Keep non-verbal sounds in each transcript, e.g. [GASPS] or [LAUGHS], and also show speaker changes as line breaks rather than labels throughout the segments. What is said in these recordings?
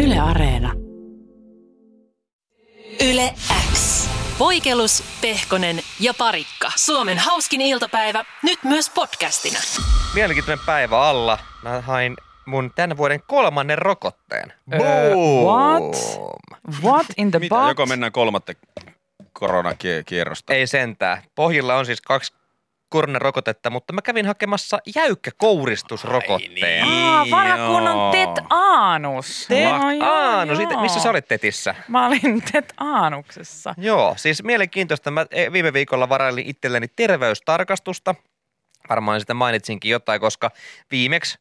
Yle Areena.
Yle X. Voikelus, Pehkonen ja Parikka. Suomen hauskin iltapäivä, nyt myös podcastina.
Mielenkiintoinen päivä alla. Mä hain mun tämän vuoden kolmannen rokotteen.
Boom!
what? What
[LAUGHS]
in the
Mitä,
box?
joko mennään kolmatta koronakierrosta?
Ei sentään. Pohjilla on siis kaksi koronarokotetta, mutta mä kävin hakemassa jäykkäkouristusrokotteen.
Ai niin.
Aa, vanha kunnon
Joo.
Tet Aanus.
Tet
Joo, joo,
Aa, no siitä,
joo.
missä sä olit tetissä?
Mä olin Tet Aanuksessa.
Joo, siis mielenkiintoista. Mä eh, viime viikolla varailin itselleni terveystarkastusta. Varmaan sitä mainitsinkin jotain, koska viimeksi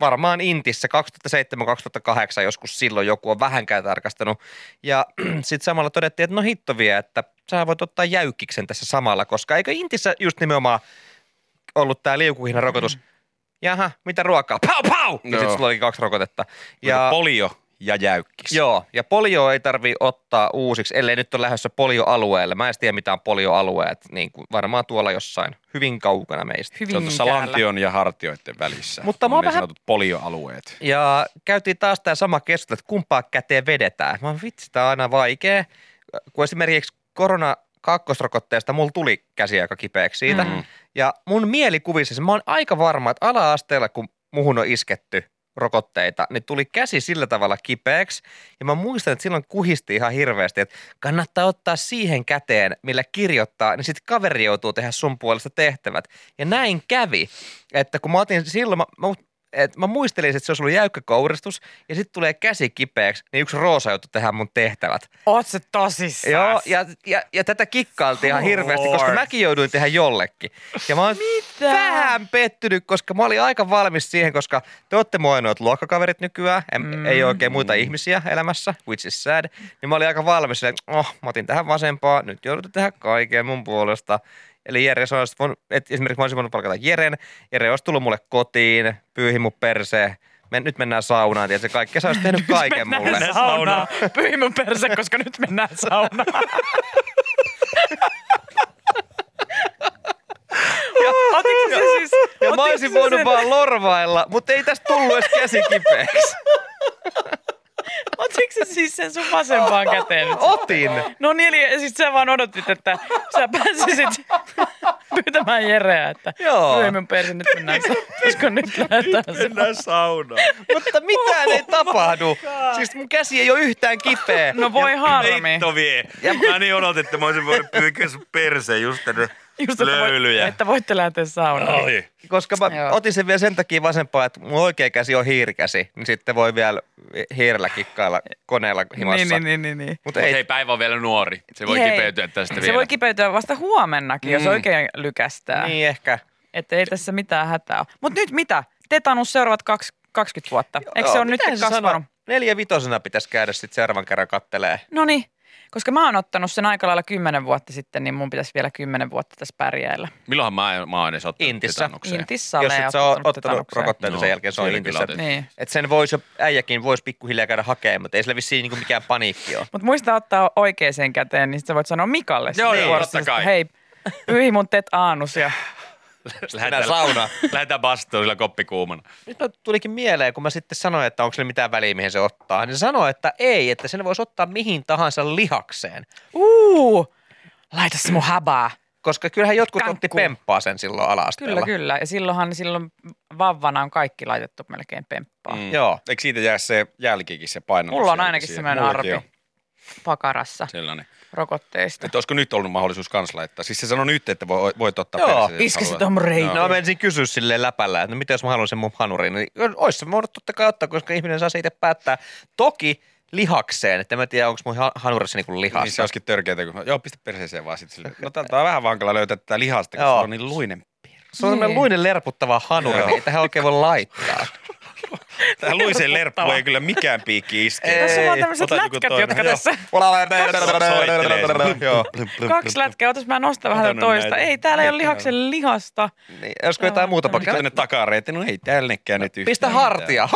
varmaan Intissä 2007-2008 joskus silloin joku on vähänkään tarkastanut. Ja [CLEARS THROAT] sitten samalla todettiin, että no hitto vie, että sä voit ottaa jäykkiksen tässä samalla, koska eikö Intissä just nimenomaan ollut tämä liukuhihna rokotus? Jaha, mitä ruokaa? Pau, pau! Ja sitten
Joo.
sulla olikin kaksi rokotetta.
Ja... Polio ja jäykkis.
Joo, ja polio ei tarvi ottaa uusiksi, ellei nyt ole lähdössä polioalueelle. Mä en edes tiedä, mitä on polioalueet, niin kuin varmaan tuolla jossain hyvin kaukana meistä.
Se on tuossa
Hyvinkäällä.
lantion ja hartioiden välissä.
Mutta
On
mua
niin
vähän-
sanotut polioalueet.
Ja käytiin taas tämä sama keskustelu, että kumpaa käteen vedetään. Mä oon, vitsi, tää on aina vaikea. Kun esimerkiksi korona kakkosrokotteesta mulla tuli käsi aika kipeäksi siitä. Mm.
Mm.
Ja mun mielikuvissa, se- mä oon aika varma, että ala-asteella kun muhun on isketty rokotteita, niin tuli käsi sillä tavalla kipeäksi. Ja mä muistan, että silloin kuhisti ihan hirveästi, että kannattaa ottaa siihen käteen, millä kirjoittaa, niin sitten kaveri joutuu tehdä sun puolesta tehtävät. Ja näin kävi, että kun mä otin silloin, mä, mä, et mä muistelin, että se olisi ollut jäykkä kouristus, ja sitten tulee käsi kipeäksi, niin yksi Roosa joutui tehdä mun tehtävät.
Oot sä tosissaan?
Joo, ja, ja, ja tätä kikkailtiin ihan hirveästi, koska
Lord.
mäkin jouduin tehdä jollekin. Ja mä oon
Mitä?
vähän pettynyt, koska mä olin aika valmis siihen, koska te ootte mun ainoat luokkakaverit nykyään. En, mm. Ei ole oikein muita ihmisiä elämässä, which is sad. Niin mä olin aika valmis, silleen, että oh, mä otin tähän vasempaa, nyt joudutte tehdä kaiken mun puolesta. Eli Jere sanoisi, että voin- että esimerkiksi mä olisin voinut palkata Jeren. Jere olisi tullut mulle kotiin, pyyhi mun perseen. Me, nyt mennään saunaan, tiedätkö, kaikki
[LAUGHS]
sä olisit tehnyt kaiken
mennään
mulle.
saunaan. Pyhi mun perse, koska nyt mennään saunaan. Otitko se siis?
Ja mä
otitko
olisin
sä
voinut
sen-
vaan lorvailla, mutta ei tästä tullut edes käsi kipeäksi.
Otitko se siis sen sun vasempaan käteen? nyt?
Otin.
No niin, eli siis sä vaan odotit, että sä pääsisit [LAUGHS] pyytämään Jereä, että
Joo.
Joo. mun persi, nyt mennään sa- koska nyt lähdetään se.
saunaan.
Mutta mitään
Oh
ei tapahdu. Siis mun käsi ei ole yhtään kipeä.
No voi harmi.
vie. Ja mä niin odotin, että mä olisin voinut pyyhkiä sun perseen just tänne
Just, että, voit, että voitte lähteä saunaan. Niin,
Oi.
Koska mä
Joo.
otin sen vielä sen takia vasempaa, että mun oikea käsi on hiirikäsi. Niin sitten voi vielä hiirellä kikkailla koneella himassa.
Niin, niin, niin, niin, niin.
Mutta
Mut
ei,
hei, päivä on vielä nuori. Se voi
Hei.
Hei. kipeytyä tästä
Se
vielä.
voi kipeytyä vasta huomennakin, jos
Mm.
oikein lykästää. Niin.
niin ehkä.
Että ei tässä mitään hätää ole. Mutta nyt mitä? Tetanus seuraavat kaksi- 20 vuotta. Eikö se
Joo,
ole nyt
mitähän se
kasvanut?
sanoo? Neljä vitosena pitäisi käydä sitten seuraavan kerran kattelee.
No niin, koska mä oon ottanut sen aika lailla 10 vuotta sitten, niin mun pitäisi vielä 10 vuotta tässä pärjäillä.
Milloinhan mä, mä oon edes ottanut
Intissä.
tetanukseen? [LAUGHS]
Intissä
Jos
mä en
et sä ole ottanut
tetanukseen.
rokotteita sen jälkeen, se on
siinä kyllä
intissä.
otettiin.
Niin.
Et sen voisi, jo- äijäkin voisi pikkuhiljaa käydä hakemaan, mutta ei sillä vissiin niinku mikään paniikki ole.
Mutta muista ottaa oikeeseen käteen, niin sit sä voit sanoa Mikalle.
Joo,
sit
joo,
vuorossa,
totta kai.
Hei, pyhi mun tet aanus ja
Lähetään
saunaan.
Lähetään bastoon sillä koppikuumana.
Nyt mä tulikin mieleen, kun mä sitten sanoin, että onko sillä mitään väliä, mihin se ottaa. Niin se sanoi, että ei, että sen voisi ottaa mihin tahansa lihakseen.
uu, laita se mun habaa.
Koska kyllähän jotkut
Kankkuun.
otti pemppaa sen silloin
Kyllä,
ala-asteella.
kyllä. Ja silloinhan silloin vavvana on kaikki laitettu melkein pemppaan. Mm.
Joo.
Eikö siitä jää se jälkikin se paino?
Mulla on ainakin semmoinen arpi pakarassa
Sellainen.
rokotteista.
Että olisiko nyt ollut mahdollisuus kans laittaa? Siis se sanoi nyt, että voi, voit ottaa
Joo.
perseen, jos
Iske se
haluat.
tuohon reikiin.
No mä menisin kysyä silleen läpällä, että no mitä jos mä haluan sen mun hanuriin. Niin ois se voinut totta kai ottaa, koska ihminen saa siitä päättää. Toki lihakseen, että mä en tiedä, onko mun ha- hanurissa niinku lihasta.
Niin se olisikin törkeetä, kun joo, pistä perseeseen vaan sit sille. No tältä on vähän hankala löytää tätä lihasta, kun
Joo.
se on niin luinen.
se on tämmönen
Niin.
luinen lerputtava hanuri,
Joo.
niin ei tähän oikein voi laittaa.
Tähän luiseen lerppuun ei kyllä mikään piikki iske.
Tässä on vaan
Ei,
tämmöiset
ota joku
lätkät,
toinen.
jotka
Joo.
tässä...
Soittelee.
Joo.
Kaksi lätkää, otas mä nostan vähän
Ota nyt
toista.
näitä.
Ei, täällä ei ole
Nyt
lihaksen lihasta.
Niin, olisiko jotain muuta
Pakko
pakkaa?
tänne takareiteen, no ei tällekään nyt yhtään.
Pistä hartia.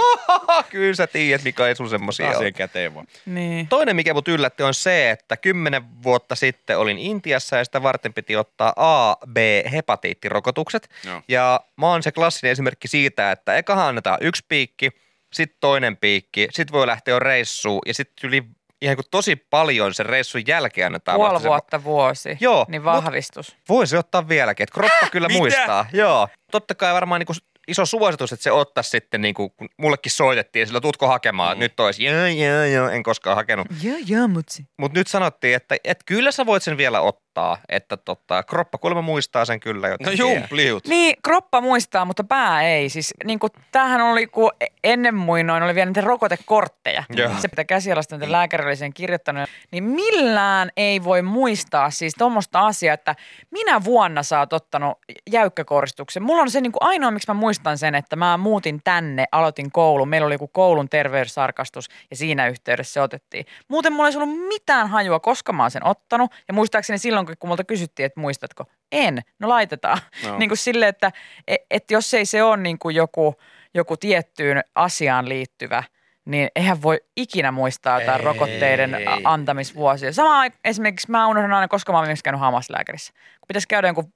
Kyllä sä tiedät, mikä ei sun semmosia
mitään.
ole.
Asian käteen vaan.
Niin.
Toinen, mikä mut yllätti, on se, että kymmenen vuotta sitten olin Intiassa ja sitä varten piti ottaa A, B, hepatiittirokotukset.
Joo.
Ja mä oon se klassinen esimerkki siitä, että ekahan annetaan yksi piikki, sitten toinen piikki, sitten voi lähteä jo reissuun ja sitten yli ihan kuin tosi paljon sen reissun jälkeen annetaan. vasta
Puoli
se-
vuotta vuosi,
Joo,
niin
mut-
vahvistus.
Voisi ottaa vieläkin, että kroppa kyllä
Mitä?
muistaa. Joo. Totta kai varmaan niin iso suositus, että se ottaisi sitten, niin kuin, kun mullekin soitettiin, sillä tutko hakemaan, mm. nyt olisi, joo, joo, joo, en koskaan hakenut.
Joo, joo, mutsi.
Mutta nyt sanottiin, että, että kyllä sä voit sen vielä ottaa, että tota, kroppa kuulemma muistaa sen kyllä
No
jotenkin.
jumpliut.
Niin, kroppa muistaa, mutta pää ei. Siis niin kuin, tämähän oli, kun ennen muinoin oli vielä niitä rokotekortteja.
Joo.
Se pitää käsialasta niitä lääkärille sen kirjoittanut. Niin millään ei voi muistaa siis tuommoista asiaa, että minä vuonna sä oot ottanut jäykkäkoristuksen. Mulla on se niin kuin ainoa, miksi mä muistan sen, että mä muutin tänne, aloitin koulun. Meillä oli joku koulun terveyssarkastus ja siinä yhteydessä se otettiin. Muuten mulla ei ollut mitään hajua, koska mä oon sen ottanut. Ja muistaakseni silloin, kun multa kysyttiin, että muistatko, en, no laitetaan. No. [LAUGHS] Niin kuin sille, että et, et jos ei se ole niin kuin joku, joku tiettyyn asiaan liittyvä, niin eihän voi ikinä muistaa jotain
Ei.
rokotteiden a- antamisvuosia. Sama ai- esimerkiksi mä unohdan aina, koska mä oon viimeksi käynyt hammaslääkärissä. Kun pitäisi käydä jonkun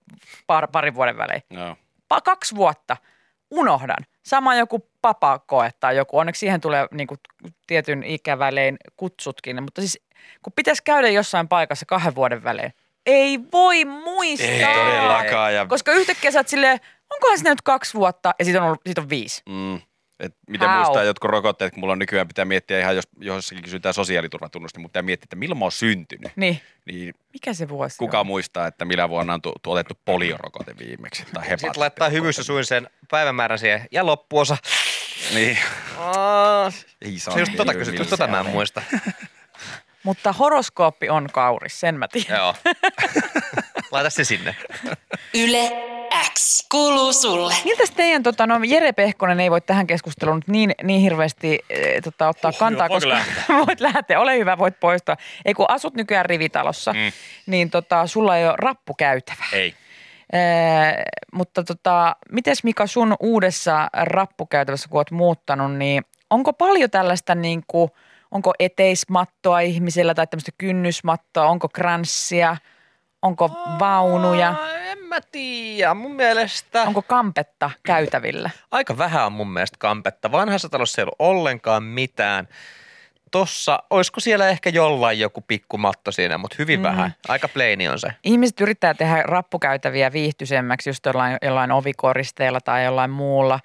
par, parin vuoden välein.
No.
Pa, kaksi vuotta unohdan. Sama joku papakoe tai joku. Onneksi siihen tulee niin kuin, tietyn ikävälein kutsutkin. Mutta siis kun pitäisi käydä jossain paikassa kahden vuoden välein, ei voi muistaa.
Ei todellakaan. Ja,
Koska yhtäkkiä sä oot silleen, onkohan sinne nyt kaksi vuotta ja siitä on, ollut, siitä on viisi.
mm, et miten
How?
muistaa jotkut rokotteet, kun mulla on nykyään pitää miettiä ihan, jos jossakin kysytään sosiaaliturvatunnusta, mutta pitää miettiä, että milloin mä oon syntynyt.
Niin,
Niin
mikä se vuosi
kuka
on?
muistaa, että millä vuonna on tu- tu- otettu poliorokote viimeksi tai
Sitten laittaa
hepatiitti-
hyvyssä suin sen päivämäärän siihen ja loppuosa.
Niin.
Aa,
Ei saa
se just tota
niin
kysytty,
millään.
tota mä en muista.
Mutta horoskooppi on kauris, sen mä tiedän.
Joo.
[LAUGHS]
Laita se sinne.
Yle X kuuluu sulle.
Miltäs teidän, tota, no Jere Pehkonen ei voi tähän keskusteluun nyt niin, niin hirveästi eh, tota, ottaa
Huh,
kantaa,
joo, voiko
koska [LAUGHS] voit lähteä, ole hyvä, voit poistaa. Ei kun asut nykyään rivitalossa, mm. niin tota, sulla ei ole rappukäytävä.
Ei.
Ee, mutta tota, mites Mika sun uudessa rappukäytävässä, kun oot muuttanut, niin onko paljon tällaista niin kuin, onko eteismattoa ihmisellä tai tämmöistä kynnysmattoa, onko kranssia, onko vaunuja,
Aa, En mä tiedä. Mun mielestä
onko kampetta käytävillä?
aika vähän on mun mielestä kampetta. Vanhassa talossa ei ollut ollenkaan mitään. Tossa, olisiko siellä ehkä jollain joku pikkumatto siinä, mutta hyvin mm. vähän. Aika pleini on se.
Ihmiset yrittää tehdä rappukäytäviä viihtyisemmäksi just jollain, jollain ovikoristeella tai jollain muulla.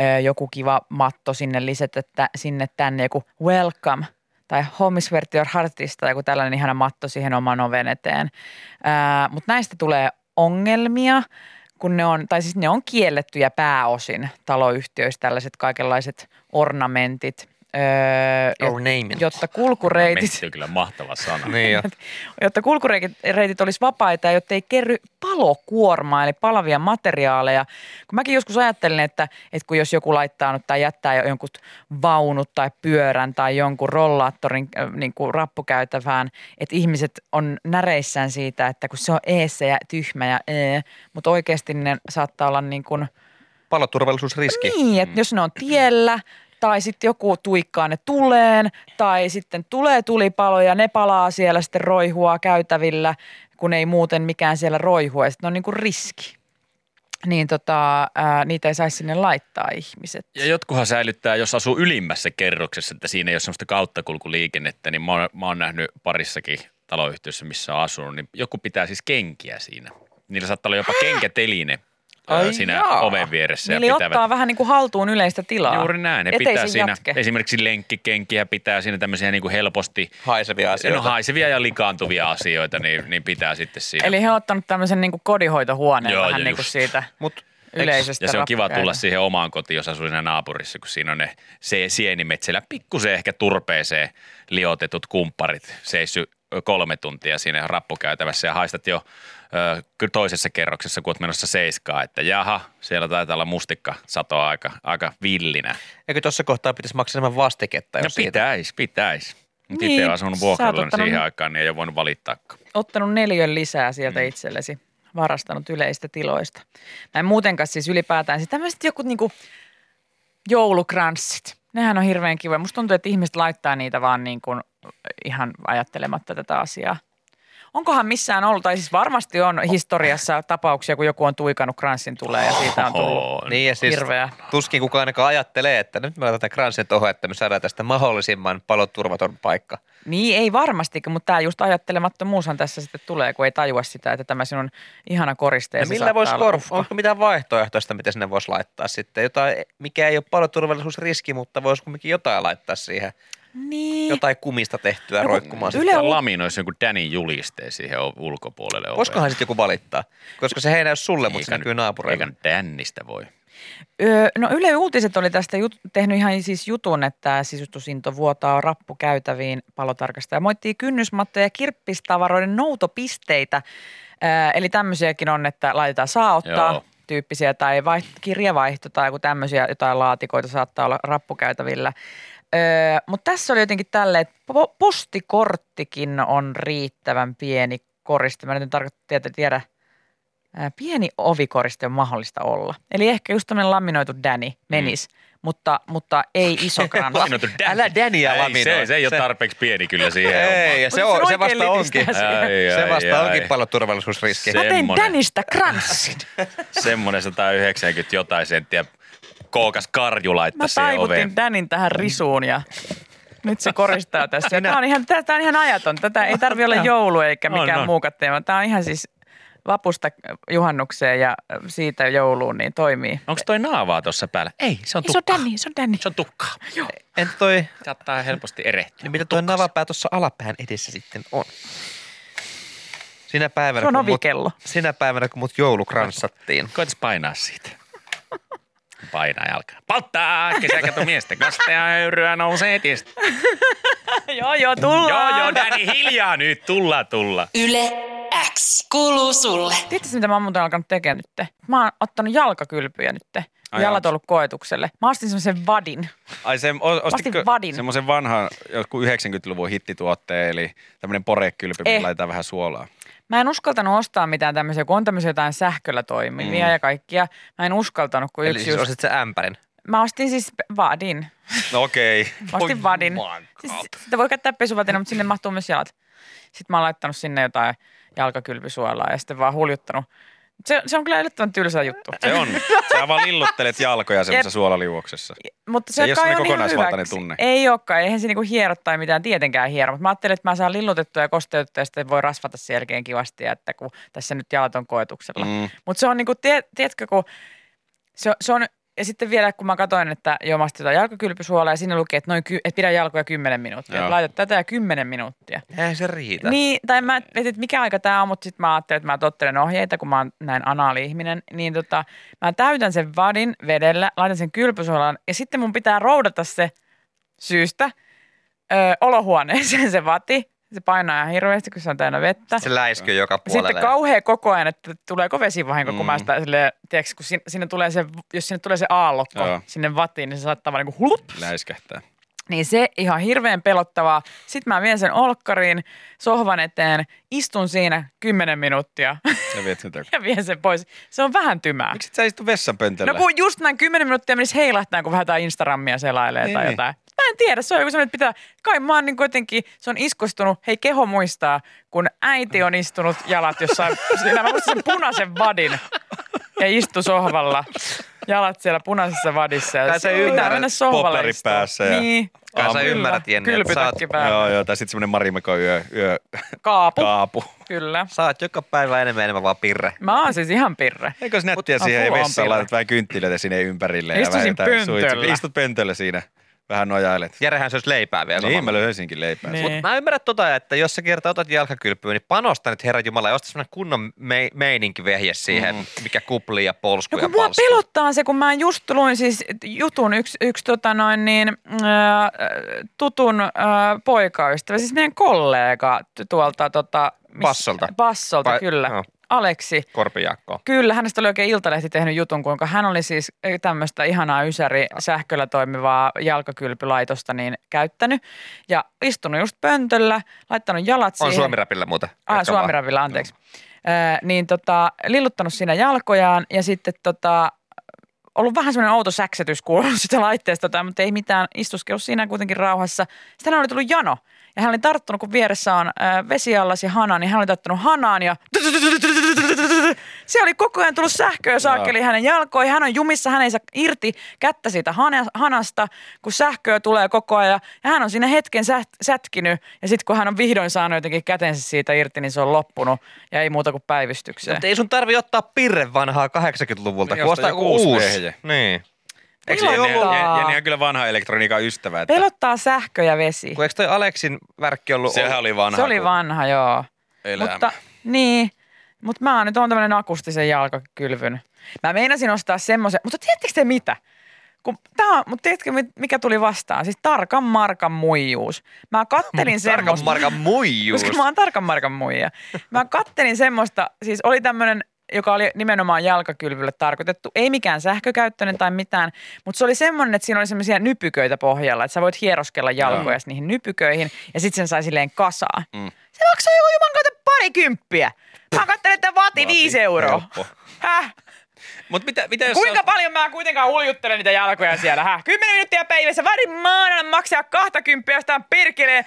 Ö, Joku kiva matto sinne lisätä tä- sinne tänne, joku welcome tai home is where your heart is tai joku tällainen ihana matto siihen oman oven eteen. Mutta näistä tulee ongelmia, kun ne on, tai siis ne on kiellettyjä pääosin taloyhtiöissä tällaiset kaikenlaiset ornamentit. Öö,
name
jotta kulkureitit,
Metti on kyllä mahtava sana.
Niin jo.
jotta kulkureitit olisi vapaita ja jotta ei kerry palokuormaa, eli palavia materiaaleja. Kun mäkin joskus ajattelin, että, että kun jos joku laittaa nyt tai jättää jo jonkun vaunut tai pyörän tai jonkun rollaattorin äh, niin kuin rappukäytävään, että ihmiset on näreissään siitä, että kun se on eessä ja tyhmä ja ee, mutta oikeasti ne saattaa olla niin kuin –
Paloturvallisuusriski.
[LAUGHS] niin,
Mm.
että jos ne on tiellä tai sitten joku tuikkaa ne tuleen tai sitten tulee tulipalo ja ne palaa siellä sitten roihua käytävillä, kun ei muuten mikään siellä roihua ja sitten ne on niinku riski. Niin tota, ää, niitä ei saisi sinne laittaa ihmiset.
Ja jotkuhan säilyttää, jos asuu ylimmässä kerroksessa, että siinä ei ole semmoista kauttakulkuliikennettä, niin mä oon, mä oon nähnyt parissakin taloyhtiössä, missä on asunut, niin joku pitää siis kenkiä siinä. Niillä saattaa olla jopa kenkäteline ö,
Ai
siinä
jaa.
oven vieressä.
Eli
ja pitävät
ottaa vähän niin kuin haltuun yleistä tilaa. siis
Juuri näin. Ne pitää
Eteisen
siinä,
jatke.
esimerkiksi lenkkikenkiä pitää siinä tämmöisiä niin kuin helposti
Haisevia asioita.
no, haisevia ja likaantuvia asioita, niin, niin pitää sitten siinä.
Eli he on ottanut tämmöisen niin kuin kodinhoitohuoneen
Joo,
vähän
ja
niin kuin
just.
siitä
Mut
yleisestä
ja se on kiva
rappukäytävästä.
tulla siihen omaan kotiin, jos asuu siinä naapurissa, kun siinä on ne se, sienimetsillä pikkusen ehkä turpeeseen liotetut kumpparit seissy kolme tuntia siinä rappukäytävässä ja haistat jo ö, ky- toisessa kerroksessa, kun oot menossa seiskaa, että jaha, siellä taitaa olla mustikka satoa aika, aika villinä.
eikö tuossa kohtaa pitäisi maksaa enemmän vastiketta?
No
Jos siitä-
pitäis, pitäis. Mut
Niin,
niin, itse asunut
sä oot
vuokralla niin
ottanut-
siihen aikaan, niin ei ole voinut valittaakaan.
ottanut neljön lisää sieltä mm. itsellesi, varastanut yleistä tiloista. Mä en muutenkaan siis ylipäätään, siis tämmöiset joku niinku joulukranssit, nehän on hirveän kiva. niinku Musta tuntuu, että ihmiset laittaa niitä vaan niin kuin ihan ajattelematta tätä asiaa. Onkohan missään ollut, tai siis varmasti on historiassa tapauksia, kun joku on tuikannut kranssin tulee ja siitä on tullut.
Oho,
Niin ja siis
Hirveä.
tuskin kukaan ainakaan ajattelee, että nyt me laitetaan kransin tuohon, että me saadaan tästä mahdollisimman paloturvaton paikka.
Niin, ei varmastikin, mutta tämä just ajattelemattomuushan tässä sitten tulee, kun ei tajua sitä, että tämä sinun ihana
Ja
koristeesi
millä
saattaa
voisi
olla
kor-
uhka.
onko mitään vaihtoehtoista, mitä sinne voisi laittaa sitten? Jotain, mikä ei ole paloturvallisuusriski, mutta voisi kuitenkin jotain laittaa siihen.
Niin.
Jotain kumista tehtyä
No,
no,
kun
roikkumaan.
Yle
sitten.
on-
Laminoisi jonkun Danin julisteen siihen o- ulkopuolelle. oveen.
Voisikohan sitten joku valittaa? Koska se ei näy sulle, mutta se
Eikä-
näkyy naapureille.
Eikä Dannista voi.
Öö, no Yle Uutiset oli tästä jut- tehnyt ihan siis jutun, että sisustusinto vuotaa rappukäytäviin palotarkastaja. Moittii kynnysmattoja ja kirppistavaroiden noutopisteitä. Öö, eli tämmöisiäkin on, että laitetaan saa ottaa
Joo.
tyyppisiä tai vaiht- kirjavaihto tai joku tämmöisiä jotain laatikoita saattaa olla rappukäytävillä. Öö, Mutta tässä oli jotenkin tälle, että po- postikorttikin on riittävän pieni koriste. Mä nyt en tarkoita tiedä, tiedä Ää, pieni ovikoriste on mahdollista olla. Eli ehkä just tämmöinen laminoitu
Mm.
Danny menis, mutta, mutta ei
[LAUGHS]
iso kranssi.
Laminoitu Dan.
Älä Dania
ei, se,
laminoi.
se ei ole
Se-
tarpeeksi pieni kyllä siihen
Ei, ja se,
Oliko se
on, se
oikein
vasta onkin.
litistä asiaa?
Ai, ai,
se vasta
ai.
onkin paloturvallisuusriski.
Mä tein
semmonen.
Danista kranssin.
Semmoinen 190 jotain senttiä kookas karju
Mä
laittaa siihen
taivutin
oveen.
Danin tähän risuun ja nyt se koristaa tässä. Tämä on ihan, tämä on ihan ajaton. Tätä ei
[LAUGHS]
tarvi olla joulu eikä
On,
mikään
on.
muukaan teema. Tämä on ihan siis vapusta juhannukseen ja siitä jouluun, niin toimii.
Onko toi naavaa tuossa päällä? Ei, se on
Ei, se on
tukkaa.
Danny, se on Danny.
Se on tukkaa.
Entä toi,
Saattaa helposti erehtyä.
niin mitä tuo navapää tuossa alapään edessä sitten on? Sinä päivänä,
Se on
kun mut,
ovikello.
sinä päivänä, kun mut joulukransattiin.
Koitas painaa siitä. Painaa jalkaa. Polttaa! Kesäkatu miesten kastea höyryä nousee tiestä.
[LAUGHS] joo, joo, tullaan.
Joo, joo, Danny, hiljaa nyt. Tulla, tulla.
Yle X kuuluu sulle.
Tiedätkö, mitä mä oon muuten alkanut tekemään nyt? Mä oon ottanut jalkakylpyjä nyt.
Ai
Jalat
jaa.
on ollut koetukselle. Mä ostin semmoisen vadin.
Ai se, o- ostitko
vadin.
semmoisen vanhan, joku 90-luvun hittituotteen, eli tämmöinen porekylpy,
Eh.
mihin laitetaan vähän suolaa.
Mä en uskaltanut ostaa mitään tämmöisiä, kun on tämmöisiä jotain sähköllä toimivia mm. ja kaikkia. Mä en uskaltanut, kun
Eli
yksi
siis
just...
osit se ämpärin.
Mä ostin siis pe- vadin.
No okei. Okay.
Mä [LAUGHS] ostin vadin. Siis sitä voi käyttää pesuvatina, mutta sinne mahtuu myös jalat. Sitten mä oon laittanut sinne jotain jalkakylpysuolaa ja sitten vaan huljuttanut. Se, se on kyllä yllättävän tylsä juttu.
Se on. Sä vaan lilluttelet jalkoja
Jep.
semmoisessa suolaliuoksessa.
Mutta se,
Se ei ole
kai
semmoinen
on ihan niinku
kokonaisvaltainen
hyväksi.
tunne.
Ei olekaan, eihän se niinku hiero tai mitään tietenkään hiero, mutta mä ajattelin, että mä saan lillutettua ja kosteutettua ja sitten voi rasvata sen jälkeen kivasti, että kun tässä nyt jalat on koetuksella. Mm.
Mm.
Mutta se on niinku, tie, tiedätkö, kun se, on- se on, ja sitten vielä kun mä katsoin, että joo, mä astin jalkakylpysuolaa ja siinä luki, että, noin, ky- että pidä jalkoja 10 minuuttia,
Joo.
että laita tätä ja 10 minuuttia.
Eihän se riitä.
Niin, tai mä mietin, että mikä aika tämä on, mutta sitten mä ajattelin, että mä tottelen ohjeita, kun mä oon näin anaali-ihminen, niin tota, mä täytän sen vadin vedellä, laitan sen kylpysuolaan ja sitten mun pitää roudata se syystä ö, olohuoneeseen se vati. Se painaa ihan hirveästi, kun se on täynnä vettä.
Se läiskyy joka puolelle.
Sitten kauhea koko ajan, että tuleeko vesivahinko, mm. kun mä
Mm.
sitä silleen, tiedätkö, kun sinne, sinne tulee se, jos sinne tulee se aallokko
Joo.
sinne vatiin, niin se saattaa vaan niin hulup
Läiskähtää.
niin se ihan hirveän pelottavaa. Sitten mä vien sen olkkariin, sohvan eteen, istun siinä 10 minuuttia [LAUGHS]
Ja viet sitä.
ja vien sen pois. Se on vähän tymää.
Miksi et sä istu vessanpöntöllä?
No kun just näin 10 minuuttia menisi heilahtaa, kun vähän jotain Instagramia selailee
Niin,
tai
niin.
jotain. Mä en tiedä, se on joku sellainen, että pitää, kai mä oon niin kuitenkin, se on iskustunut, hei keho muistaa, kun äiti on istunut jalat jossain, [LAUGHS] siinä mä muistan sen punaisen vadin ja istu sohvalla, jalat siellä punaisessa vadissa. Ja
Kai sä
sit pitää
ymmärrät,
mennä sohvalle
poplari
istua.
päässä ja-
Niin.
Kai sä
Kyllä.
ymmärrät, Jenni, että sä oot-
Kylpytakki päällä.
Joo, joo, tai sitten semmoinen Marimekon yö, yö
Kaapu.
kaapu.
Kyllä.
Saat joka päivä enemmän ja enemmän vaan pirre.
Mä oon siis ihan pirre.
Eikö se nättiä
Mut-
siihen
Apua on
vessaan,
pille.
laitat vähän kynttilöitä sinne ympärille.
Istuisin
ja vähän jotain
pöntöllä.
suitsia- Istut pöntöllä siinä, vähän nojailet.
Järehän se olisi leipää vielä
Niin, mä löysinkin leipää.
Niin.
Niin.
Mutta mä ymmärrän tota, että jos sä kertaa otat jalkakylpyyn, niin panosta nyt Herra Jumala ja osta semmoinen kunnon me- meininki-vehje siihen, mm. mikä kuplii ja polskuu
No
ja
kun mua
palskuu.
pelottaa se, kun mä just luin siis jutun yksi, yksi tota noin niin, ää, tutun ää, poikaystävä, siis meidän kollega t- tuolta tota, miss-
Passolta.
Passolta,
Vai-
kyllä.
joo.
Aleksi.
Korpijaakkoa.
Kyllä, hänestä oli oikein Iltalehti tehnyt jutun, kuinka hän oli siis tämmöistä ihanaa ysäri sähköllä toimivaa jalkakylpylaitosta niin käyttänyt ja istunut just pöntöllä, laittanut jalat
On
siihen.
Suomi-räpillä muuten.
Ah,
Jatka vaan.
Suomiravilla, Äh, anteeksi. Ö, niin tota, lilluttanut siinä jalkojaan ja sitten tota, ollut vähän semmoinen outo säksetys kuulunut [LAUGHS] sitä laitteesta, tai, mutta ei mitään, istuskeus siinä kuitenkin rauhassa. Sitten hän oli tullut jano, ja hän oli tarttunut, kun vieressä on äh, vesiallas ja hana, niin hän oli tarttunut hanaan ja se oli koko ajan tullut sähköä saakeli hänen jalkoihin. Hän on jumissa, hän ei saa irti kättä siitä hana- hanasta, kun sähköä tulee koko ajan. Ja hän on siinä hetken sät- sätkinyt ja sitten kun hän on vihdoin saanut jotenkin kätensä siitä irti, niin se on loppunut ja ei muuta kuin päivystykseen.
Mutta ei sun tarvi ottaa pirre vanhaa 80-luvulta,
Niin,
kun
osta
ostaa
joku
joku
uusi
uusi.
vehje.
Niin.
Eikö
Pelottaa.
Jenni, Jenni, Jenni on kyllä vanha elektroniikan ystävä. Että
Pelottaa sähkö ja vesi.
Kun eikö toi Aleksin värkki ollut?
Sehän oli vanha.
Se oli
kun
vanha, joo.
elämä.
Mutta, niin, mutta mä oon nyt on tämmöinen akustisen jalkakylvyn. Mä meinasin ostaa semmoisen, mutta tiedättekö te mitä? Kun tää, mutta tiedätkö mit- mikä tuli vastaan? Siis tarkan markan muijuus. Mä kattelin
Tarkan
semmoista.
markan muijuus.
Koska mä oon tarkan markan muija. Mä kattelin semmoista, siis oli tämmönen, joka oli nimenomaan jalkakylvylle tarkoitettu. Ei mikään sähkökäyttöinen tai mitään, mutta se oli semmoinen, että siinä oli semmoisia nypyköitä pohjalla, että sä voit hieroskella jalkoja niihin nypyköihin ja sitten sen sai silleen kasaan.
Mm.
Se maksoi joku juman kautta parikymppiä. Mä kattelin, että vaati viisi euroa.
helppo.
Häh?
Mut mitä, mitä jos
[LAUGHS] Kuinka
sä-
paljon mä kuitenkaan uljuttelen niitä jalkoja siellä? Häh? 10 minuuttia päivässä varmaan alan maksaa 20 jostain perkeleen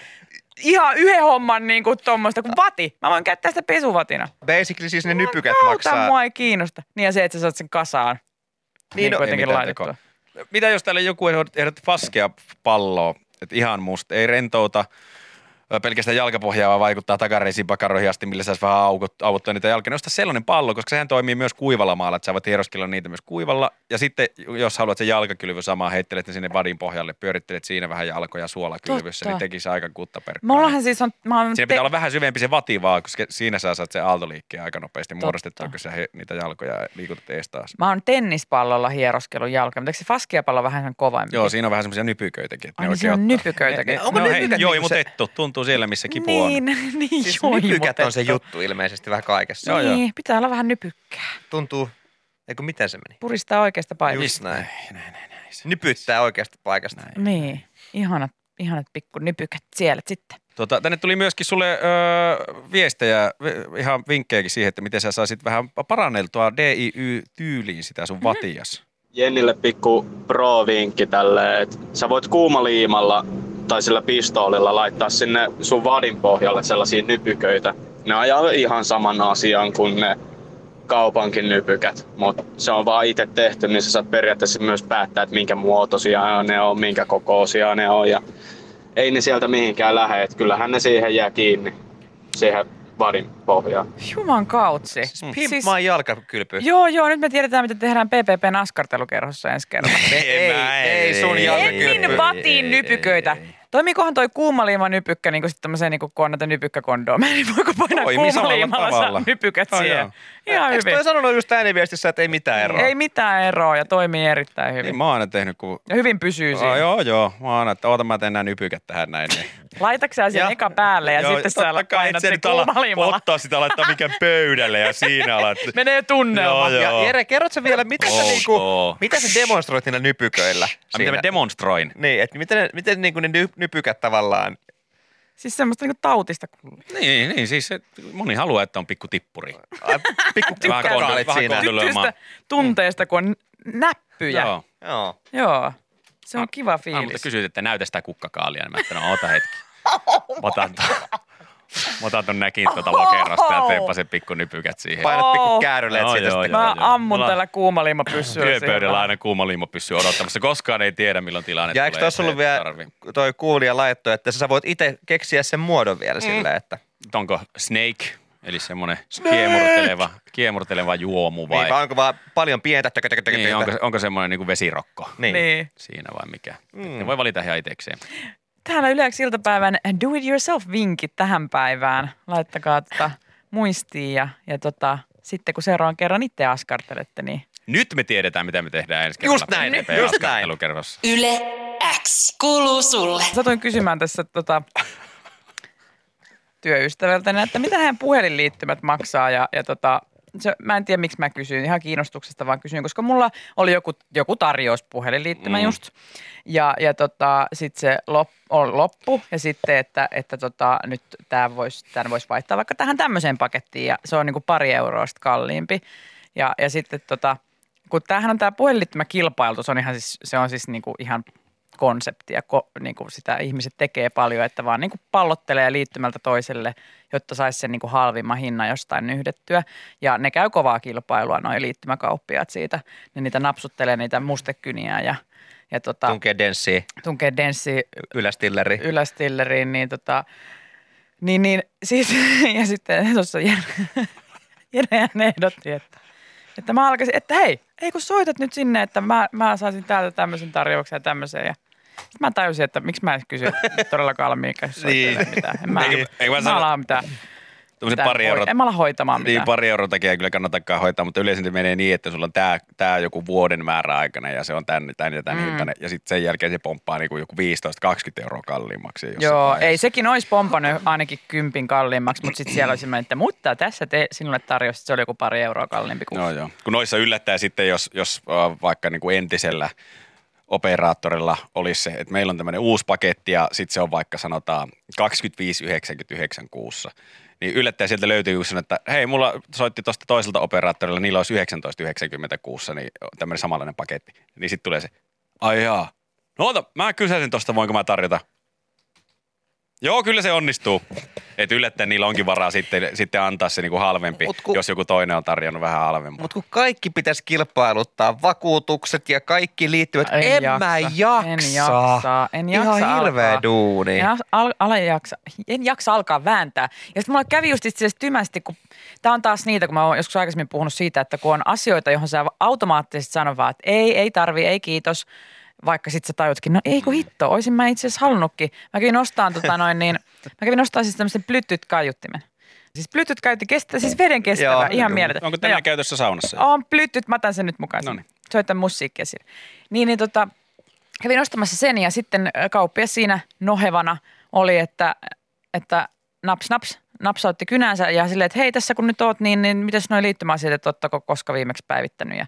ihan yhden homman niin kuin tuommoista kuin vati. Mä voin käyttää sitä pesuvatina.
Basically siis ne nypykät
Kauta,
maksaa.
mua ei kiinnosta. Niin ja se, että sä saat sen kasaan. Niin,
no,
niin
ei
kuitenkin
mitään
laitettua.
Mitä jos täällä joku ehdotti faskea palloa, että ihan musta, ei rentouta ö, pelkästään jalkapohjaa, vaan vaikuttaa takareisiin pakaroihin asti, millä saisi vähän aukot- aukottua niitä jalkoja. Nosta sellainen pallo, koska sehän toimii myös kuivalla maalla, että sä voit hieroskella niitä myös kuivalla. Ja sitten, jos haluat sen jalkakylvyn samaa, heittelet ne sinne vadin pohjalle, pyörittelet siinä vähän jalkoja suolakylvyssä,
Totta.
niin tekisi aika kuttaperkkaa.
Mullahan siis on, mä oon
Siinä pitää olla vähän syvempi se vati vaan, koska siinä sä saat sen aaltoliikkeen aika nopeasti muodostettua, kun sä he, niitä jalkoja liikutat ees taas.
Mä oon tennispallolla hieroskellut jalkoja, mutta eikö se faskiapallo vähän sen kovempi?
Joo, siinä on vähän semmoisia nypyköitäkin. Että
Mm. Ai, niin
ne
siinä on
oikein ottaa.
nypyköitäkin.
Ne, ne,
Onko
no, hei,
nypykät
joo,
niinku
mutta
se-
ettu, tuntuu siellä, missä kipu
niin,
on.
niin, [LAUGHS]
Siis
joo,
nypykät on se
jumotettu.
juttu ilmeisesti vähän kaikessa.
Joo, joo.
Niin, pitää olla vähän nypykkää.
Tuntuu, eikö miten se meni?
Puristaa oikeasta paikasta.
Just näin. Nypyttää oikeasta paikasta. Näin.
Niin, ihanat, ihanat pikku nypykät siellä sitten.
Tota, tänne tuli myöskin sulle öö, viestejä, v- ihan vinkkejäkin siihen, että miten sä saisit vähän paranneltua DIY-tyyliin sitä sun vatias.
Jennille pikku pro-vinkki tälle, että sä voit kuumaliimalla tai sillä pistoolilla laittaa sinne sun vadin pohjalle sellaisia nypyköitä. Ne ajaa ihan saman asian kuin ne kaupankin nypykät, mutta se on vaan itse tehty, niin sä saat periaatteessa myös päättää, että minkä muotoisia ne on, minkä kokoisia ne on. Ja ei ne sieltä mihinkään lähde, että kyllähän ne siihen jää kiinni, siihen vadin pohjaan.
Juman kautsi.
Siis pimpmaan jalkakylpy.
joo, joo, nyt me tiedetään, mitä tehdään PPPn askartelukerhossa ensi
[LAUGHS]
kerralla.
Ei, ei, ei, sun jalkakylpy.
Ennen vatiin nypyköitä. Toimiikohan toi kuumaliima nypykkä niin kuin sitten tämmöiseen niin kuin näitä nypykkäkondoomeen, niin voiko painaa
Toimii samalla
kuumaliimalla saa
tavalla.
nypykät
Joo,
siihen?
joo.
Ihan
Eikö
hyvin.
toi sanonut just ääniviestissä, että ei mitään eroa?
Ei mitään eroa ja toimii erittäin hyvin.
Niin mä oon aina tehnyt, kun...
Ja hyvin pysyy siinä.
Oh, joo, joo. Mä oon aina, että oota mä teen nää nypykät tähän näin. niin.
Laitatko sen
Joo.
eka päälle ja
Joo,
sitten sä
totta kai,
painat
et sä
sen
nyt ala
kuumaliimalla?
Ottaa sitä, laittaa mikään pöydälle ja siinä alat.
Menee tunnelma.
Joo, joo.
Ja Jere, kerrot sä vielä, mitä sä,
Outoa.
niinku, mitä sä demonstroit niillä nypyköillä?
Ai, mitä
siinä?
mä demonstroin?
Niin, että miten, ne- miten niinku ne ny, nypykät tavallaan...
Siis semmoista niinku tautista
Niin, niin siis se, moni haluaa, että on pikku tippuri.
Ai, [LAUGHS] pikku
Vähän
kikkarit
kondolit,
siinä.
vähän kondolit.
tyttöstä
lyömään.
tunteesta, kun on näppyjä. Joo.
Joo.
Joo.
Joo. Se on kiva
Ah, mutta
fiilis.
kysyit, että näytä sitä kukkakaalia, niin mä että no oota
[LAUGHS]
hetki. Mä otan ton, mä otan ton näkin tuota lokerosta ja teenpä sen pikku nypykät siihen.
Painat pikku
Oh.
kääryleet
Joo,
siitä.
joo,
sitten.
joo.
Mä ammun
Mulla-
tällä kuumaliimapyssyllä.
Työpöydällä aina kuuma liima pysyy odottamassa. Koskaan ei tiedä, milloin tilanne
Ja
tulee.
eikö tuossa
eteen,
ollut vielä
tarvii.
toi kuulija laittoi, että sä voit itse keksiä sen muodon vielä sillä, että...
Onko snake, eli semmoinen kiemurteleva, kiemurteleva juomu vai?
Niin, vai onko vaan paljon pientä tökö, tökö, tökö,
Niin,
tökö.
onko, onko semmoinen
niinku
niin vesirokko
Niin.
Niin.
siinä vai mikä?
Mm.
Mm. Ne voi valita ihan itsekseen.
Täällä yleensä iltapäivän do it yourself vinkit tähän päivään. Laittakaa tota muistiin ja, ja tota, sitten kun seuraavan kerran itse askartelette, niin
Nyt me tiedetään, mitä me tehdään ensi
Just
kerralla
näin,
PPP
just näin.
askartelukerhossa.
Yle X kuuluu sulle.
Satuin kysymään tässä tota, työystävältäni, että mitä heidän puhelinliittymät maksaa ja, ja tota, se, mä en tiedä miksi mä kysyin, ihan kiinnostuksesta vaan kysyin, koska mulla oli joku, joku tarjous puhelinliittymä mm. just ja, ja tota, sitten se lop, on loppu ja sitten, että, että tota, nyt tämän voisi vois vaihtaa vaikka tähän tämmöiseen pakettiin ja se on niinku pari euroa sit kalliimpi ja, ja sitten tota, kun tämähän on tämä puhelinliittymäkilpailtu, se on ihan siis, se on siis niinku ihan konsepti ja ko, niinku sitä ihmiset tekee paljon, että vaan niinku pallottelee liittymältä toiselle, jotta saisi sen niinku halvimman hinnan jostain yhdettyä. Ja ne käy kovaa kilpailua, noi liittymäkauppiaat siitä. Ne niitä napsuttelee niitä mustekyniä ja, ja tota,
Tunkee denssiä
tunkee denssi
ylästilleri.
ylästilleriin, niin tota, niin, niin siis, [LAUGHS] ja sitten tuossa Jere- [LAUGHS] Jerehän ehdotti, että, että mä alkaisin, että hei, ei kun soitat nyt sinne, että mä, mä saisin täältä tämmöisen tarjouksen ja tämmöisen ja sitten mä tajusin, että miksi mä en kysy todellakaan ole
[LAUGHS]
mikä
Niin.
niin. mitään. En mä,
Eikö-
en,
eikö mä
mä,
sano-
ala mitään,
Tuommoisen
mitään
pari
pari
euroa.
en mä ala hoitamaan mitään.
Niin, pari euroa takia ei kyllä kannatakaan hoitaa, mutta yleensä se menee niin, että sulla on tämä tää joku vuoden määrä aikana ja se on tän, tän ja tän mm.
Mm.
hintainen. Ja sitten sen jälkeen se pomppaa niinku joku 15-20 euroa kalliimmaksi. jossain
Joo,
vaiheessa.
ei sekin olisi pompannut ainakin kympin kalliimmaksi, mutta sitten siellä oli semmoinen, että mutta tässä te, sinulle tarjous, se oli joku pari euroa kalliimpi kuin
Joo, joo. Kun noissa yllättää sitten, jos, jos äh, vaikka niin kuin entisellä operaattorilla olisi se, että meillä on tämmöinen uusi paketti ja sitten se on vaikka sanotaan 25,99 kuussa. Niin yllättäen sieltä löytyy joku sanoo, että hei, mulla soitti tuosta toiselta operaattorilla, niillä olisi 19,90 kuussa, niin tämmöinen samanlainen paketti. Niin sitten tulee se, ai jaa. no ota, mä kysäsin tuosta, voinko mä tarjota. Joo, kyllä se onnistuu. Että yllättäen niillä onkin varaa sitten, sitten antaa se niinku halvempi,
Mut kun-
jos joku toinen on tarjonnut vähän halvempaa.
Mutta kun kaikki pitäisi kilpailuttaa, vakuutukset ja kaikki liittyvät, en, en jaksa. mä jaksa.
En jaksa. En jaksa
Ihan hirveä
alkaa.
duuni.
En,
Ja.
al, al, ala jaksa, en jaksa alkaa vääntää. Ja sitten mulla kävi just itse asiassa tymästi, kun tämä on taas niitä, kun mä oon joskus aikaisemmin puhunut siitä, että kun on asioita, johon sä automaattisesti sanon vaan, että ei, ei tarvi, ei kiitos, vaikka sitten sä tajutkin, no ei kun hitto, oisin mä itse asiassa halunnutkin. Mä kävin ostaan, tota noin, niin, mä kävin ostaan siis tämmöisen Bluetooth-kaiuttimen. Siis Bluetooth-kaiutti kestää, siis veden kestävä,
Joo.
ihan mieletön.
Onko
No
tämä
joo.
käytössä saunassa?
On plyttyt, mä otan sen nyt mukaan.
Noniin.
Noniin. Soitan musiikkia siinä. Niin, niin tota, kävin ostamassa sen ja sitten ö, kauppias siinä nohevana oli, että, että naps naps napsautti kynänsä ja silleen, että hei tässä kun nyt oot, niin, niin mitäs noi liittymäasiat, että oottako koska viimeksi päivittänyt ja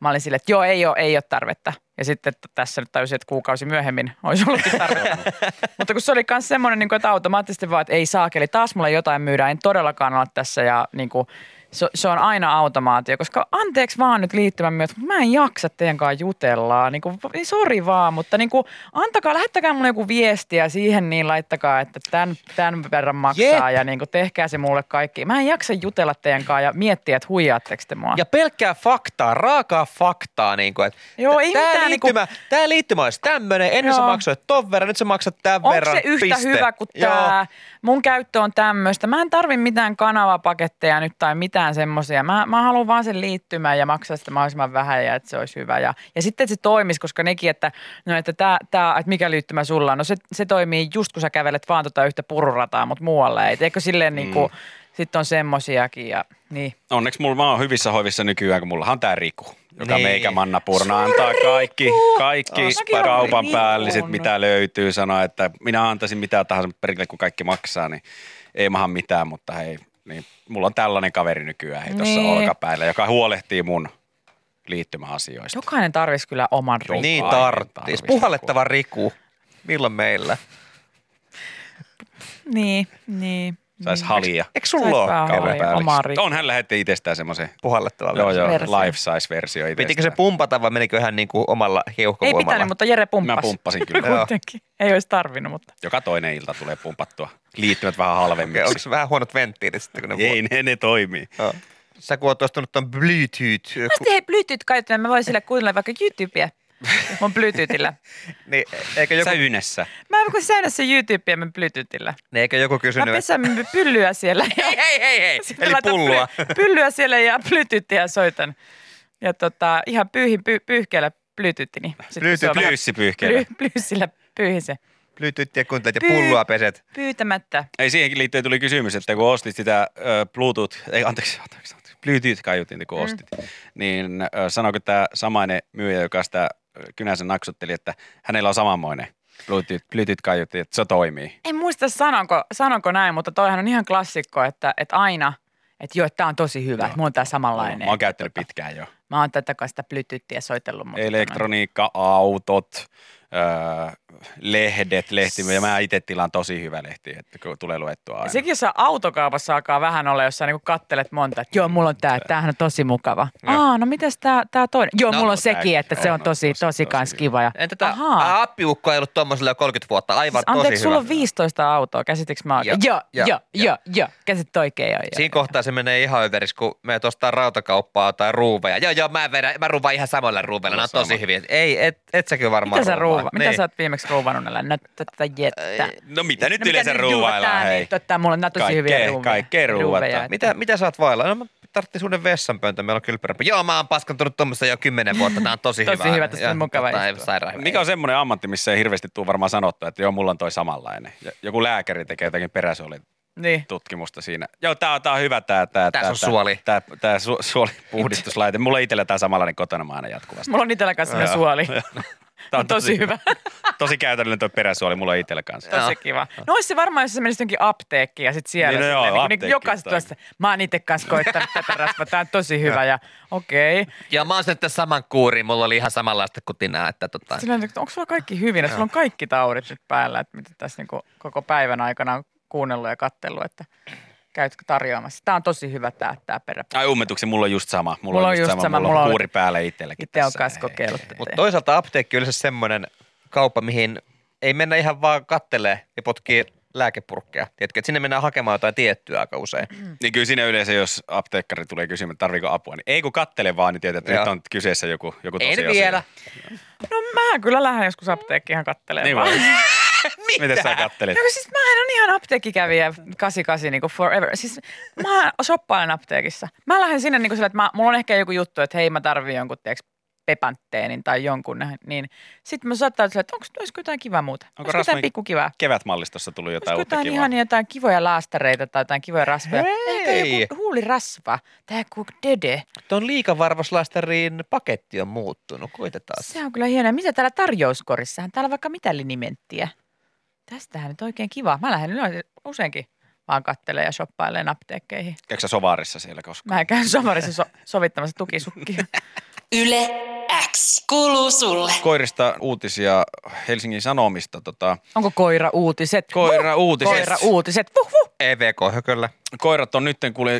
Mä olin silleen, että joo, ei ole, ei ole tarvetta. Ja sitten että tässä nyt täysin, että kuukausi myöhemmin olisi ollutkin tarvetta. Mutta kun se oli myös semmoinen, niin kuin, että automaattisesti vaan, että ei saakeli, taas mulle jotain myydään, en todellakaan ole tässä. Ja niin kuin, se, se, on aina automaatio, koska anteeksi vaan nyt liittymän myötä, mutta mä en jaksa teidän kanssa jutella. Niin kuin, niin sori vaan, mutta niin kuin, antakaa, lähettäkää mulle joku viestiä siihen, niin laittakaa, että tämän, tämän verran maksaa
Jep.
ja niin kuin, tehkää se mulle kaikki. Mä en jaksa jutella teidän kanssa ja miettiä, että huijaatteko te mua.
ja pelkkää faktaa, raakaa faktaa. Niin kuin, että
Joo,
t-
ei
tää
mitään niinku-
liittymä, Tämä liittymä olisi tämmöinen, ennen sä
Joo.
maksoit ton verran, nyt sä maksat tämän
Onko
verran.
se yhtä
piste.
hyvä kuin
Joo.
tämä? Mun käyttö on tämmöistä. Mä en tarvi mitään kanavapaketteja nyt tai mitään semmoisia. Mä, mä haluan vaan sen liittymään ja maksaa sitä mahdollisimman vähän ja että se olisi hyvä. Ja, ja sitten, että se toimisi, koska nekin, että, no, että, tää, tää, että mikä liittymä sulla on. No se, se toimii just kun sä kävelet vaan tota yhtä pururataa, mutta muualle ei. Eikö
Mm.
silleen niin kuin, sitten on semmosiakin ja niin.
Onneksi mulla mä oon hyvissä hoivissa nykyään, kun mulla on tää Riku, joka
Niin.
niin. meikä mannapurna antaa kaikki, kaikki
Ah, mäkin
kaupan
haluan
päälliset,
Rikun.
mitä löytyy, sanoa, että minä antaisin mitä tahansa, mutta perkele kun kaikki maksaa, niin ei mahan mitään, mutta hei, niin mulla on tällainen kaveri nykyään hei, tuossa
Niin.
olkapäällä, joka huolehtii mun liittymäasioista.
Jokainen tarvisi kyllä oman ruoan.
Niin
Jokainen
tarttis.
tarvitsee.
Puhallettava riku. Milloin meillä?
Niin, niin.
Saisi halia.
Eikö sulla ole
Saisi vähän
kaupan
halia.
päällä?
omaa Rikua.
On hän lähetti itsestään semmoisen
puhallettava?
joo, joo,
Versio.
life size versio itsestään.
Pitikö se pumpata vai menikö hän niin kuin omalla
Ei
hiuhkovoimalla?
pitänyt, mutta Jere
Mä
pumppasi.
pumppasin
Joo.
[LAUGHS]
kyllä.
Kuitenkin. Ei olisi tarvinnut, mutta.
Joka toinen ilta tulee pumpattua. Liittymät vähän halvemmiksi.
Onko se vähän huonot venttiilit sitten, kun ne
Ei, ne, ne toimii.
Joo. Sä kun oot ostunut ton Bluetooth,
Mä
ku-
sitten hei Bluetooth-käyttäjän, mä voin sille kuunnella vaikka YouTubea mun Bluetoothillä.
niin eikö joku,
Sä ynessä.
Mä voin säännä se YouTubea mun Bluetoothillä.
niin eikö joku
Mä
kysynyt,
pesän mun pyllyä siellä. Hei, hei, hei, hei.
Eli pullua.
Pyllyä siellä ja Bluetoothia soitan. Ja tota, ihan pyyhin, pyy, pyyhkeellä Bluetoothini. Sitten
Bluetooth-
se on vähän-
plyyssipyyhkeellä.
Ply- Plyysillä pyyhin se.
Bluetoothia kuuntelet ja
Pyy.
pulloa peset?
Pyytämättä.
Ei siihenkin liittyen tuli kysymys, että kun ostit sitä ö, Bluetooth, ei anteeksi, anteeksi, anteeksi Bluetooth-kaiutinta
Mm.
kun ostit, niin ö, sanoiko tämä samainen myyjä, joka sitä ö, kynänsä naksutteli, että hänellä on samanmoinen Bluetooth, Bluetooth-kaiutin, että se toimii.
En muista sanonko, sanonko näin, mutta toihan on ihan klassikko, että, että aina, että joo, että tää on tosi hyvä.
Joo.
Mulla on tää samanlainen.
Mä oon käyttänyt pitkään jo.
tota Mä oon tätä kanssa sitä Bluetoothia soitellut. mutta-
Elektroniikka, autot, öö, lehdet, lehti, ja mä itse tilaan tosi hyvä lehti, että kun tulee luettua aina.
Sekin, jos sä autokaupassa alkaa vähän olla, jos sä niinku kattelet monta, että joo, mulla on tää, tämähän on tosi mukava. Aa, no mitäs tää, tää toinen? Joo,
No,
mulla on
tää-
sekin, että se
joo,
on
no,
tosi,
tosi,
tosi
tosi
kans
hyvä.
kiva. Ja...
En tätä
Ahaa. Siis
appiukkoa ei ollut tuommoisella jo 30 vuotta. Aivan tosi
Anteeksi, sulla
hyvä.
on 15 autoa, käsitikö mä oikein? Joo,
ja,
joo,
ja.
joo, joo, käsit oikein joo, joo.
Siinä kohtaa se menee ihan överiksi, kun me ostaa rautakauppaa tai ruuveja. Joo, joo, mä, vedän, mä ruuvaan ihan samalla ruuveilla. Nämä on
Sama.
tosi hyviä. Ei, et, et sä kyllä varmaan
Mitä sä,
ruuvaa. Niin.
ruuva? Mitä sä oot viimeksi ruuvannut näillä? No tätä jettä.
No mitä nyt
No
no, yleensä ruuvaillaan, hei.
Totta, mulla on nää tosi
Kaikkea-
hyviä ruuveja.
kaikkea ruuvataan.
ruuveja, että-
Mitä, mitä sä oot vailla? No mä tarvitsin uuden vessanpöntä, meillä on kylpyräpä. Joo, mä oon paskantunut tuommoista jo kymmenen vuotta, tää on tosi hyvä.
Tosi hyvä, tässä on mukava istua.
Mikä on semmoinen ammatti, missä ei hirveästi tule varmaan sanottua, että joo, mulla on toi samanlainen. Ja Joku lääkäri tekee jotakin peräsuolitutkimusta
Niin.
siinä. Joo, tää, on- tää on hyvä tää, tää,
Tässä
tää,
on
tää-
suoli.
Tää, tää su, suolipuhdistuslaite. Mulla on itsellä tää samanlainen kotona, mä aina jatkuvasti.
Mulla on itellä kanssa semmonen suoli.
Tää
on tosi hyvä.
tosi käytännöllinen toi peräsuoli, mulla on itsellä kanssa.
Tosi kiva. No olisi se varmaan, jos sä menisit jonkin apteekkiin ja sitten siellä.
Niin, no
Niin,
joo,
joo, niin, niin
apteekkiin
jokaisesta
tai-
tuosta, mä oon itse kanssa koittanut tätä rasvaa, tää on tosi hyvä ja okei. Okay.
Joo, mä oon sitten tässä saman kuuriin, mulla oli ihan samanlaista kuin tinää, että tota...
Silloin, että onko sulla kaikki hyvin, että sulla on kaikki taudit nyt päällä, että mitä tässä niinku koko päivän aikana on kuunnellut ja kattellut, että käytkö tarjoamassa. Tää on tosi hyvä tää, tää perä.
Ai ummetuksen, mulla on just sama. Mulla, on just sama, mulla
mulla
on
oli-
kuuri päällä itselläkin
Itse on
tässä.
kanssa
Hei,
kokeillut.
hei.
tätä.
Mutta toisaalta apteekki on yleensä semmoinen kauppa, mihin ei mennä ihan vaan kattelee ja potkii lääkepurkkeja. Tiedätkö, että sinne mennään hakemaan jotain tiettyä aika usein.
Niin kyllä siinä yleensä, jos apteekkari tulee kysymään, että tarviiko apua, niin ei kun kattele vaan, niin tietää, että
Joo.
nyt on kyseessä joku, joku
En
tosiasia.
vielä.
No mä kyllä lähden joskus apteekkiin ihan kattelemaan.
Niin [LAUGHS]
vaan.
vai? Miten sä kattelit?
No kun siis mä on ihan apteekkikävijä 88 niin kuin forever. Siis mä shoppailen apteekissa. Mä lähden sinne niin kuin sillä, että mä, mulla on ehkä joku juttu, että hei mä tarviin jonkun tiiäks, pepantteenin tai jonkun, niin sitten mä saattaa sillä, että onko olisiko jotain kivää muuta? Onko olisiko jotain
rasmi-
pikkukivää?
Kevätmallistossa tuli jotain
Olisiko
uutta
jotain
kivaa.
ihan jotain kivoja laastareita tai jotain kivoja rasvoja? Ehkä
Hei!
joku huulirasva tai joku dede.
Tuon liikavarvoslaisterin paketti on muuttunut, koitetaan.
Se on kyllä hienoa. Mitä täällä tarjouskorissahan? Täällä on vaikka mitä linimenttiä. Tästähän nyt oikein kiva. Mä lähden yleensä useinkin vaan kattelee ja shoppailee apteekkeihin.
Käykö sä sovaarissa siellä koskaan?
Mä käyn somarissa so- sovittamassa tukisukkia.
Yle X. Kuuluu sulle.
Koirista uutisia Helsingin Sanomista. Tota,
Onko koira uutiset?
koira uutiset.
Koira uutiset. Vuh, vuh.
EVK-hököllä.
Koirat on nyt,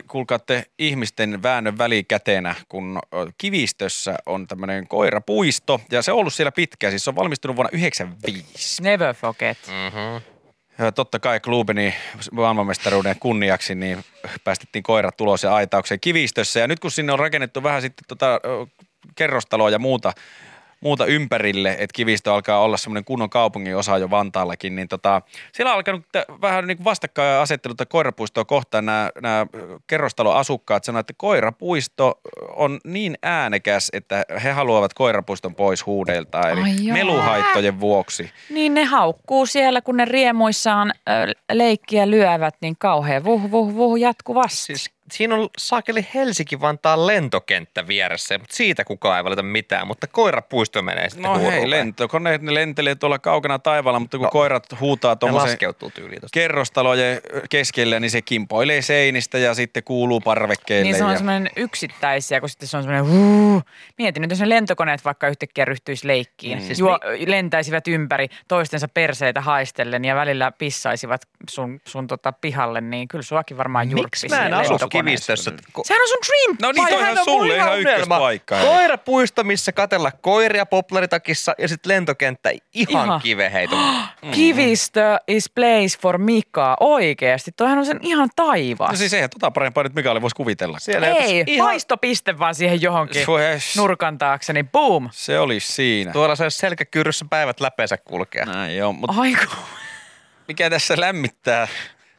kuulkaatte, ihmisten väännön välikätenä, kun ö, Kivistössä on tämmöinen koirapuisto. Ja se on ollut siellä pitkään, siis se on valmistunut vuonna 1995.
Never forget.
Ja totta kai klubini maailmanmestaruuden kunniaksi niin päästettiin koirat ulos ja aitaukseen kivistössä. Ja nyt kun sinne on rakennettu vähän sitten tota, ö, kerrostaloa ja muuta, muuta ympärille, että kivistö alkaa olla semmoinen kunnon kaupungin osa jo Vantaallakin, niin tota, siellä on alkanut tä- vähän niin kuin vastakkainasettelu tätä koirapuistoa kohtaan nämä, nämä kerrostaloasukkaat sanoo, että koirapuisto on niin äänekäs, että he haluavat koirapuiston pois huudeiltaan, eli
Ai joo.
meluhaittojen vuoksi.
Niin ne haukkuu siellä, kun ne riemuissaan ö, leikkiä lyövät, niin kauhean vuh, vuh, vuh jatkuvasti.
Siis siinä on saakeli Helsinki-Vantaan lentokenttä vieressä, mutta siitä kukaan ei valita mitään, mutta koirapuisto menee sitten
No
huurulle.
hei, lentokoneet, ne lentelee tuolla kaukana taivaalla, mutta kun
No.
no, koirat huutaa
Ne
tuommoisen
laskeutuu tyyliin tosta.
kerrostalojen keskellä, niin se kimpoilee seinistä ja sitten kuuluu parvekkeelle.
Niin se on
ja...
semmoinen yksittäisiä, kun sitten se on semmoinen huu. Mietin nyt, jos ne lentokoneet vaikka yhtäkkiä ryhtyisi leikkiin. Mm.
Siis
Juo, lentäisivät ympäri toistensa perseitä haistellen ja välillä pissaisivat sun, sun tota pihalle, niin kyllä suakin varmaan jurppisi.
Miksi mä en
siellä
asu
lentokoneessa.
kivistössä?
Mm.
Ko-
Sehän on sun dream
No niin,
paikka.
toihan
Sehän on
sulle
mun
ihan
unelma.
ykköspaikka, hei.
Koirapuisto, missä katella koiria poplaritakissa ja sitten lentokenttä ihan,
Ihan.
ihan.
[GASPS]
kiveheito.
Kivistö Mm. is place for Mika. Oikeasti, toihan on sen ihan taivas.
No siis eihän tota parempaa nyt Mikaeli voisi kuvitella.
Siellä
Ei,
ihan-
paistopiste vaan siihen johonkin
Suhes.
nurkan taakse, niin boom.
Se olisi siinä.
Tuolla saisi selkäkyyryssä päivät läpeensä kulkea.
Näin joo, mutta
Aiku.
mikä tässä lämmittää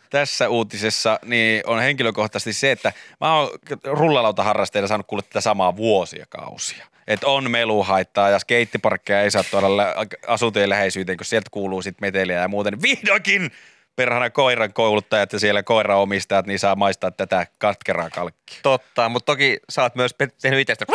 tässä uutisessa, niin on henkilökohtaisesti se, että mä oon rullalautaharrasteilla saanut kuulla tätä samaa vuosia kausia. Että on meluhaittaa ja skeittiparkkeja ei saa tuoda lä- asuntojen läheisyyteen, kun sieltä kuuluu sitten meteliä ja muuten. Niin Vihdoinkin perhana koiran kouluttajat ja siellä koiraomistajat, niin saa maistaa tätä katkeraa kalkkia.
Totta, mutta toki sä oot myös pe- tehnyt itsestä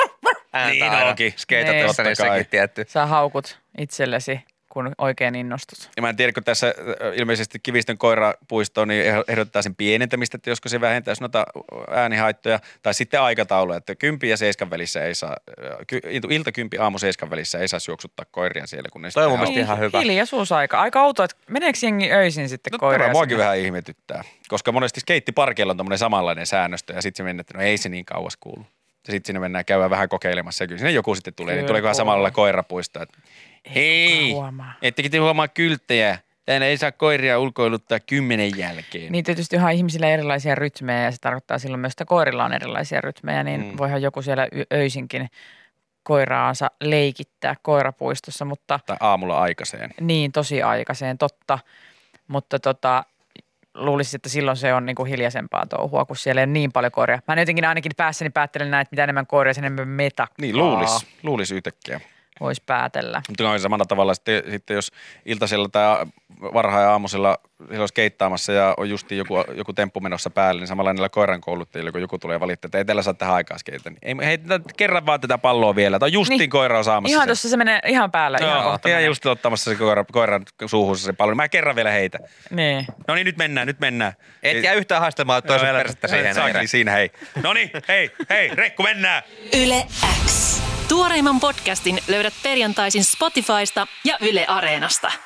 ääntä
Niin
aina
onkin.
skeitatessa,
Niin.
niin
Totta kai.
sekin tietty.
Sä haukut itsellesi kun oikein innostus.
Ja mä en tiedä, kun tässä ö, ilmeisesti Kivistön koirapuisto niin eh- ehdottaa sen pienentämistä, että josko se vähentäisi noita äh, äänihaittoja, tai sitten aikatauluja, että kympi ja seiskan välissä ei saa, ö, ky- ilta kympi aamu seiskan välissä ei saa juoksuttaa koiria siellä, kun ne
Toi on mun
sitten-
mielestä ihan hyvä.
Niin, Hiljaisuusaika. Aika outoa, että meneekö jengi öisin sitten
No
koiria?
todella muakin
sinne?
vähän ihmetyttää, koska monesti skeittiparkeilla on tämmöinen samanlainen säännöstö ja sitten se mennään, että no ei se niin kauas kuulu. Ja sitten sinne mennään käydään vähän kokeilemassa ja kyllä sinne joku sitten tulee, niin
Kyllä
tuleekohan
kuuluu.
samalla lailla koirapuistoa, että
kukaan
hei,
huomaa.
ettekö te huomaa kylttejä? Täällä ei saa koiria ulkoiluttaa kymmenen jälkeen.
Niin tietysti ihan ihmisillä erilaisia rytmejä ja se tarkoittaa silloin myös, että koirilla on erilaisia rytmejä, niin
Mm.
mm. voihan joku siellä y- öisinkin koiraansa leikittää koirapuistossa, mutta
Tai aamulla aikaiseen.
niin tosi aikaiseen, totta. Mutta tota, luulisin, että silloin se on niinku hiljaisempaa touhua, kun siellä ei ole niin paljon koiria. Mä en jotenkin ainakin päässäni päättelen näin, että mitä enemmän koiria, sen enemmän metakkaa.
Niin, luulis, luulis yhtäkkiä.
Voisi päätellä.
Mutta noin samalla tavalla sitten, sitten jos iltasella tai a- varhain aamuisella siellä olisi keittaamassa ja on justiin joku, joku temppu menossa päälle, niin samalla niillä koiran kouluttajilla, kun joku tulee valittaa, että ei tällä saa tähän aikaa skeitä, niin ei, hei, tätä- kerran vaan tätä palloa vielä. Tämä on justiin niin.
Niin.
koira on saamassa
Ihan
sen.
tuossa se menee ihan päällä. ihan
Joo,
kohta
ihan
menee.
just ottamassa se koira, koiran suuhunsa se pallo. Niin Mä kerran vielä heitä.
Niin.
No niin, nyt mennään, nyt mennään.
Et jää yhtään haistamaan toisen persettä siihen.
Saakeli siinä, hei. No niin, hei, hei, rekku mennään.
Yle X. Tuoreimman podcastin löydät perjantaisin Spotifysta ja Yle Areenasta.